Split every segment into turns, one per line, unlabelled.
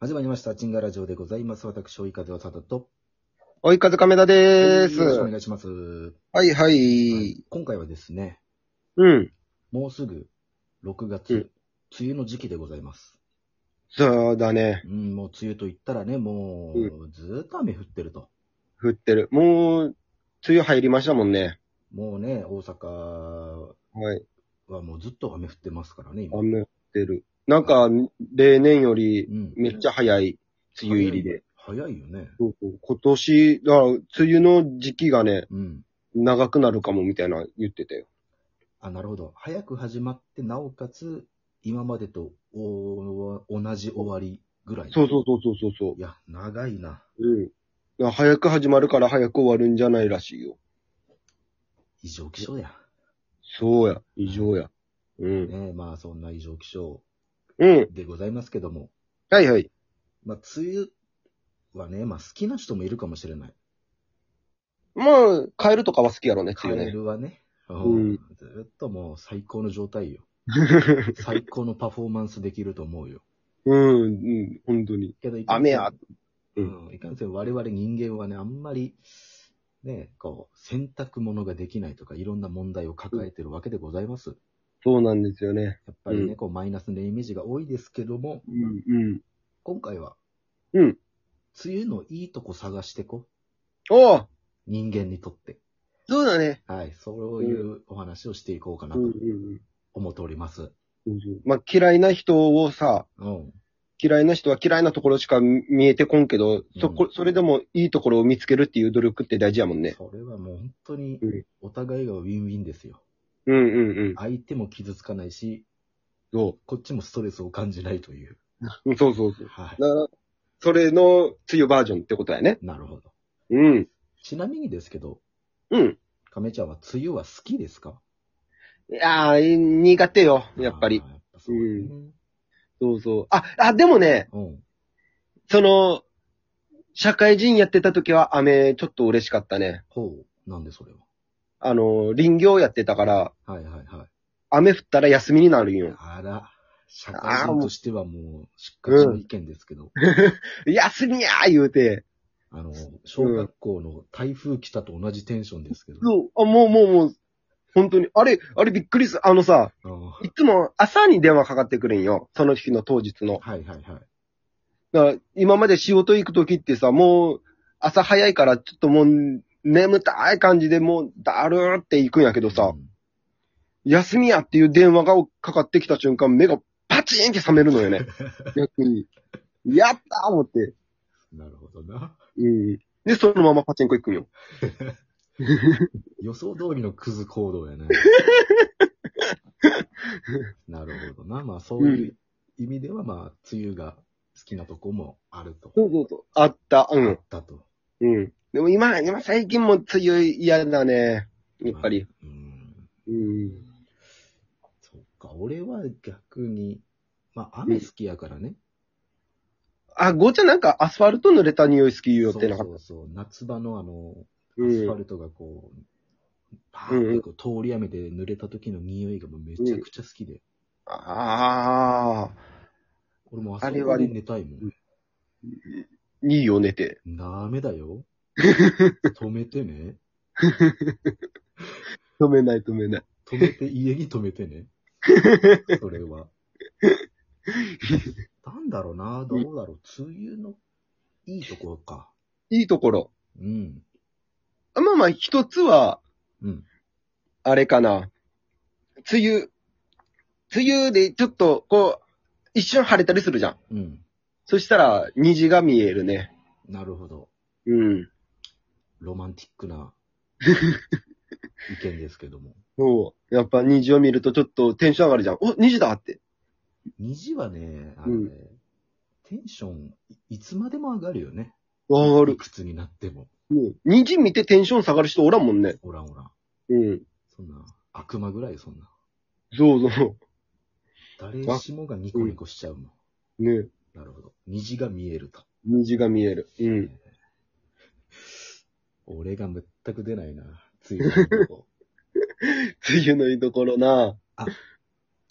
始まりました。チンガラジオでございます。私、追い風はただと。
おい、風亀田でーす。
よろしくお願いします。は
はいはいい。
今回はですね、
うん。
もうすぐ6
うん
月、梅雨の時期でございます。
そうだね。
うん、もう梅雨と言ったらね、もう、ずーっと雨降ってると。
降ってる。もう、梅雨入りましたもんね。
もうね、大阪
はい。
はもうずっと雨降ってますからね、今。
雨降ってる。なんか、例年より
うん
めっちゃ早い梅雨入りで。
早いよね。
そうそう今年、だから梅雨の時期がね、
うん。
長くなるかもみたいな言ってたよ。
あ、なるほど。早く始まって、なおかつ、今までとお同じ終わりぐらい。
そうそうそうそうそうそ
いや、長いな。
う。うん。だから早く始まるから早く終わるんじゃないらしいよ。
異常気象や。
そうや。異常や。うん。
ねえ、まあそんな異常気象
うん。
でございますけども、
はいはい。
まあ梅雨はね、まあ好きな人もいるかもしれない。
まあ、カエルとかは好きやろね、
カ
梅雨
エ
ね。
ルはね、
ん
ずっともう最高の状 態よ。最高のパフォーマンスできると思うよ。
うん、うん、本当に。
けどい
雨や
う、
うん
いかんせん我々人間はね、あんまり、ね、こう、洗濯物ができないとか、いろんな問題を抱えてるわけでございます。
そうなんですよね。
やっぱりね、
うん
こう、マイナスのイメージが多いですけども、
うん、うん。
今回は、
うん。
梅雨のいいとこ探してこ、
おう
人間にとって。
そうだね。
はい、そういうお話をしていこうかな
うん、
と
うん、
思っております。
うん。まあ、嫌いな人をさ、
うん。
嫌いな人は嫌いなところしか見えてこんけど、そこ、
うん
それでもいいところを見つけるっていう努力って大事やもんね。
それはもう本当に
うん、
お互いがウィンウィンですよ。
うん、うん、うん。
相手も傷つかないし、
そ
こっちもストレスを感じないという。
う。うんそうそうそう。
はい。
だから、それの梅雨バージョンってことやね。
なるほど。
うん。
ちなみにですけど、
うん。
亀ちゃんは梅雨は好きですか
いやー、苦手よ、やっぱり
あ。ーやっぱそうですね。
そうそう。あ、あ、でもね、
うん。
その、社会人やってた時は雨ちょっと嬉しかったね。
ほう。なんでそれは。
あの、林業やってたから、
はいはいはい。
雨降ったら休みになるんよ。
あら、社
あ
会
ー
人
も
と
う
してはもう、しっかりの意見ですけど、
休みやー言うて。
あの、小学校の台風来たと同じテンションですけど、
そう、あ、もうもうもう、本当に。あれ、あれびっくりする。あのさ、
うん
いつも朝に電話かかってくるんよ。その日の当日の。
はいはいはい。
だから今まで仕事行く時ってさ、もう朝早いからちょっともう眠たい感じでもうだるーって行くんやけどさ、
うん
休みやっていう電話がかかってきた瞬間、目がパチーンって覚めるのよね。逆に。やったー思って。
なるほどな。
うん。で、そのままパチンコ行くんよ。
予想通りのクズ行動やね。なるほどな。まあそういう意味では、まあ、梅雨が好きなとこもあると。
そうそうそう。あった、う
あ
ん
っ。たと。
うん。でも今、今最近も梅雨嫌だね。やっぱり。
うん。
うん。
そっか。俺は逆に、まあ雨好きやからね。
あ、ごちゃんなんかアスファルト濡れた匂い好き言うよってなか
そ
った。
うそうそう。夏場のあの、
う
アスファ
ん。
ルトがこう、パーってこう通り雨で濡れた時の匂いがもうめちゃくちゃ好きで。
ああ。
俺もうあそ
あれ
こ
は
で寝たいもん。
いいよ、寝て。
ダメだ よ。止めてね。
止めない、止めない。
止めて、家に止めて ね。それは。なんだろうな、どうだろう。梅雨のいいところか。
いいところ。
うん。
あまあまあ、一つは、
うん。
あれかな。梅雨。梅雨でちょっと、こう、一瞬晴れたりするじゃん。
うん。
そしたら、虹が見えるね。
なるほど。
うん。
ロマンティックな意見ですけども。
そう。やっぱ虹を見るとちょっとテンション上がるじゃん。お、虹だって。
虹はね、あのね、
うん
テンションい、いつまでも上がるよね。
上が
い。くつになっても。
うん虹見てテンション下がる人おらんもんね。
おらんおらん。
うん。
そんな、悪魔ぐらいそんな。
そうそ
誰しもがニコニコしちゃうもん。
う。ね。
なるほど。虹が見えると。
虹が見える。うん。
俺が全く出ないな。ついのと こ
梅雨のいいところな。
あ。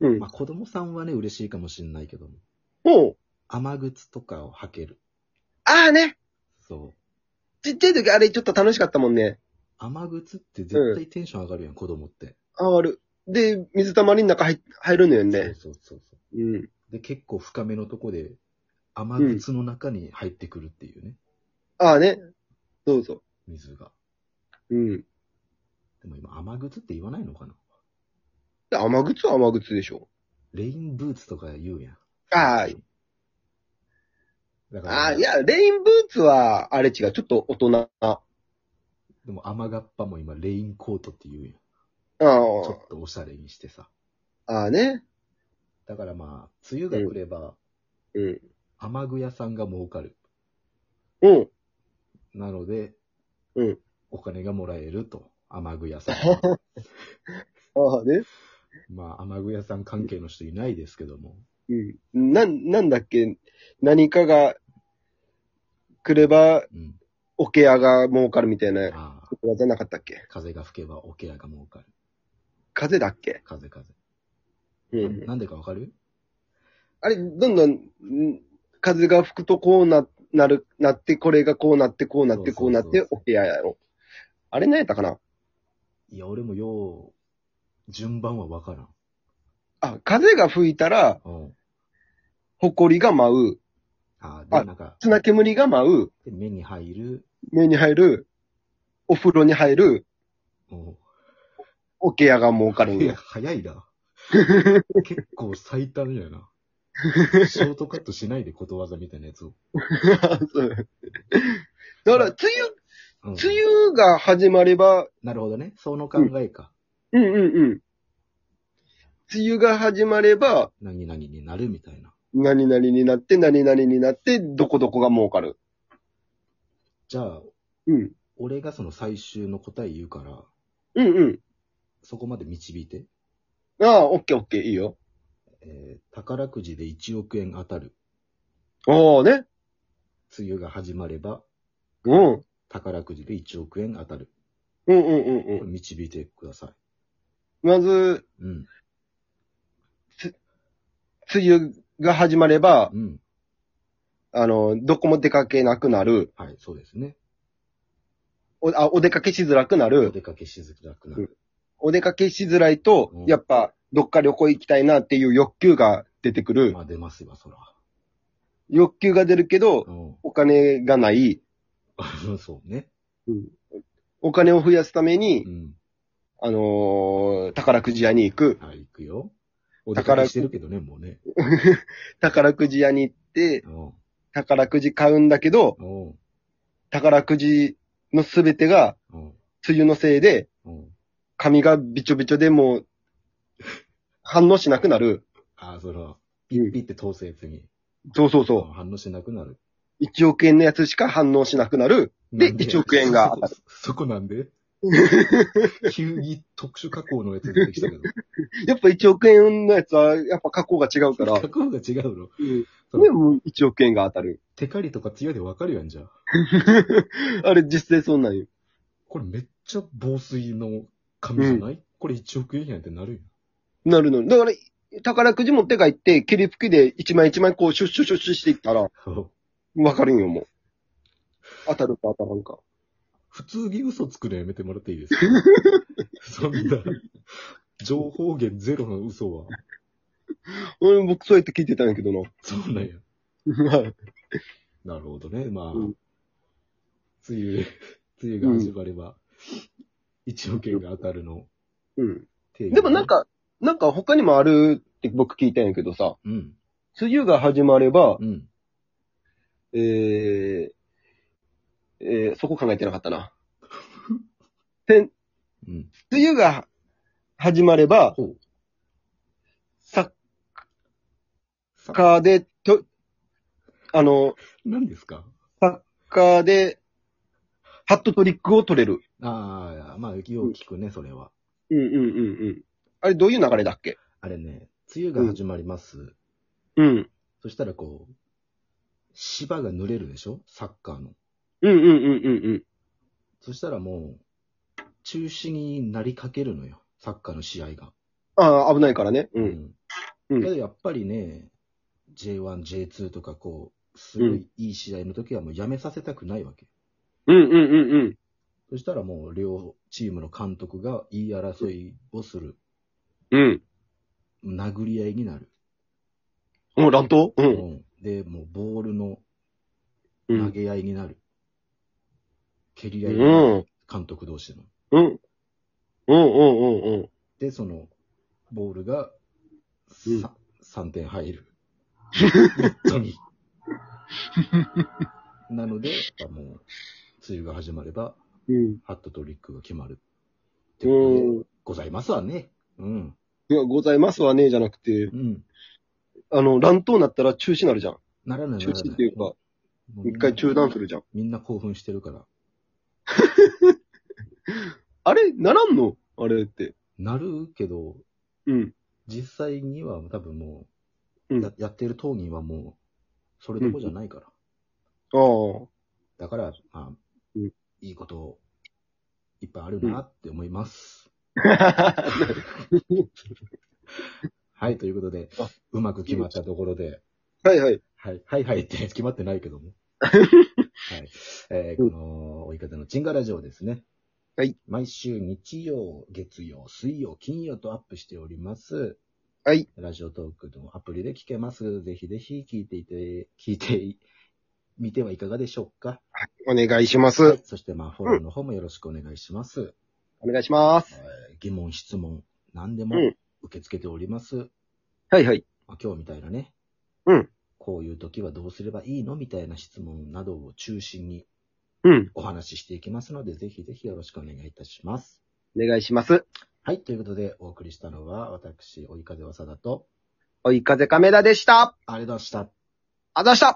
うん
まあ。子供さんはね、嬉しいかもしんないけども。
おう
雨靴とかを履ける。
ああね。
そう。
ちっちゃい時あれちょっと楽しかったもんね。
雨靴って絶対テンション上がるやん、子供って。
上がる。で、水たまりの中入入るのよね。
そうそうそうそう。
うん。
で、結構深めのとこで、雨靴の中に入ってくるっていうね、
ああね。どうぞ。
水が。
うん。
でも今、雨靴って言わないのかな
で雨靴は雨靴でしょ。
レインブーツとか言うやん。
ああ。
だから、
ああ、いや、レインブーツは、あれ違う。ちょっと大人。あ
でも雨がっぱも今、レインコートって言うやん。ちょ
あ
っとおしゃれにしてさ。
ああね。
だからまあ、梅雨が来れば、
うん。
雨具屋さんが儲かる。
うん。
なので、
うん
お金がもらえると。雨具屋 さん。
ああね。
まあ、雨具屋さん関係の人いないですけども。
うん。なん、なんだっけ。何かが来れば、
うん。
オケアが儲かるみたいなこ
ああ。
とはじゃなかったっけ
風が吹けば桶屋が儲かる。
風だっけ
風風。
うん。
なんでかわかる
あれ、どんどん、ん風が吹くとこうな、なる、なって、これがこうなって、こうなって、こうなっ
そうそ
て
う、そ
オケアやろ。あれ何やったかない
や、俺もよう、順番はわからん。
あ、風が吹いたら、
うん。
埃が舞う、
ああ、
あ
で、なんか、
砂煙が舞う、
で目に入る、
目に入る、お風呂に入る、
うん。
オケアが儲かるん
い や、
や。
早い な。結構最短やな。ショートカットしないでことわざみたいなやつを。
そうだから、梅
うん、
雨、梅雨が始まれば、
なるほどね。その考えか。
うんうんうん。梅雨が始まれば、
何々になるみたいな。
何々になって、何々になって、どこどこが儲かる。
じゃあ、
うん。
俺がその最終の答え言うから、
うんうん。
そこまで導いて。
ああ、オッケーオッケー、いいよ。
えー宝くじで1億円当たる。
ああね。
梅雨が始まれば、
うん。
宝くじで1億円当たる。
うんうんうん
こ
う
れ
ん。
導いてくださ
まず、
い。うん。
梅雨が始まれば、
うん。
あの、どこも出かけなくなる。
はい、そうですね。
お、あ、お出かけしづらくな
お
る。
出かけしづらくなる。
お出かけしづらいと
うん、
やっぱ、どっか旅行行きたいなっていう欲求が出てくる
ま。あ出ますよ、そら。
欲求が出るけど、
うん。
お金がない。
そうね。
お金を増やすために
う、ん。
あのー宝くじ屋に行く。
はい、行くよ。お出かけしてるけどね、もうね。
宝くじ屋に行って、
うん。
宝くじ買うんだけど、
うん。
宝くじのすべてが、
うん。
梅雨のせいで、
うん。
髪がびちょびちょでもう、反応しなくなる。
ああ、そら、
うん
ピッて通すやつに。
そうそうそう
うん。反応しなくなる。
う。1億円のやつしか反応しなくなる。で
なん
1億円が当 た
そこそこなん で急に特殊加工のやつ出てきたけ ど。
やっぱ1億円のやつは、やっぱ加工が違 うから。
加工が違うの。そう
で、もう1億円が当たる。
テカリとか艶でわかるやんじゃあ。
あれ実際そうなんよ。
これめっちゃ防水の紙じゃない、これ1億円やんってなるよ。
なるの。だから、宝くじ持って帰って、霧吹きで1枚1枚こう、シュッシュッシュッシュしていったら、 わかるんよ、もう。当たるか当たらんか。
普通に嘘つくのやめてもらっていい ですかそんな、情報源ゼロの嘘は、
うん、僕そうやって聞いてたんやけどな。
そうなんや。
はい
なるほどね。まあ、
うん
梅雨、 梅雨が始まれば、1億円が当たるの
うん。
定義、
でもなん、か、なんか他にもあるって僕聞いたんやけどさ、
うん、
梅雨が始まれば、
うん。
えー、えー、そこ考えてなかった な。で、
うん。
梅雨が始まれば、
ほう。
サ
サ
ッカーで、ちょ、あの、
何ですか
サッカーで、ハットトリックを取れる。
ああ、まあ、よく聞くね、それは。
うんうんうんうん。あれどういう流れだっけ
あれね、梅雨が始まります。
うん。
そしたらこう、芝が濡れるでしょサッカーの。
うんうんうんうんうん。
そしたらもう、中止になりかけるのよ。サッカーの試合が。
ああ、危ないからね。うん。
ん
うん
けどやっぱりね、 J1、J2 とか、こう、すごいいい試合の時はもうやめさせたくないわけ。
うんうんうんうん。
そしたらもう両チームの監督が言い争いをする。
うん。
殴り合いになる。
もう乱闘う。
うんん、で、もうボールの
う
投
ん。
げ合いになる。蹴り
う
合い
ん。
に
う
なる。
ん。
監督同士の。
うん。うんうんうん。
で、その、ボールが、
うん
さ3点入 る。ネットに。なので、やっぱもう、梅雨が始まれば、
うん。
ハットトリックが決まる。ってことで
うん。
ございますわね。うん。
いや、ございますわね、じゃなくて、
うん。
あの、乱闘になったら中止になるじゃん。
ならないな
中
らない。
止っていうか、
もうみん
一
な
回中断するじゃん。
みんな興奮してるから。
あれならんのあれって。
なるけど、
うん。
実際には多分もう、
うん
ややってる当人はもう、それどこじゃないから。
あ あ。
だから、まあ、
うん
いいこと、いっぱいあるなって思います。はい、ということで
あ、
うまく決まったところで、
はいはい。
はい、はいはいって 決まってないけ ども。はい。えー
うん
この、追い方のチンガラジオですね。
はい。
毎週日曜、月曜、水曜、金曜とアップしております。
はい。
ラジオトークのアプリで聞けます。ぜひぜひ聞いていて、聞いてみてはいかがでしょうか。
お願いしま
はい
す。
そして、まあ、フォローの方もよろしくお願いします。
お願いします。
えー疑問、質問、何でも
うん
受け付けております。
はいはい。
まあ、今日みたいなね。
うん
こういう時はどうすればいいのみたいな質問などを中心に
うん。
お話ししていきますので、ぜひぜひよろしくお願いいたします。
お願いします。
はい、ということでお送りしたのは、私、及川さだと、
追い風カメラでした。
あれだした。
あざした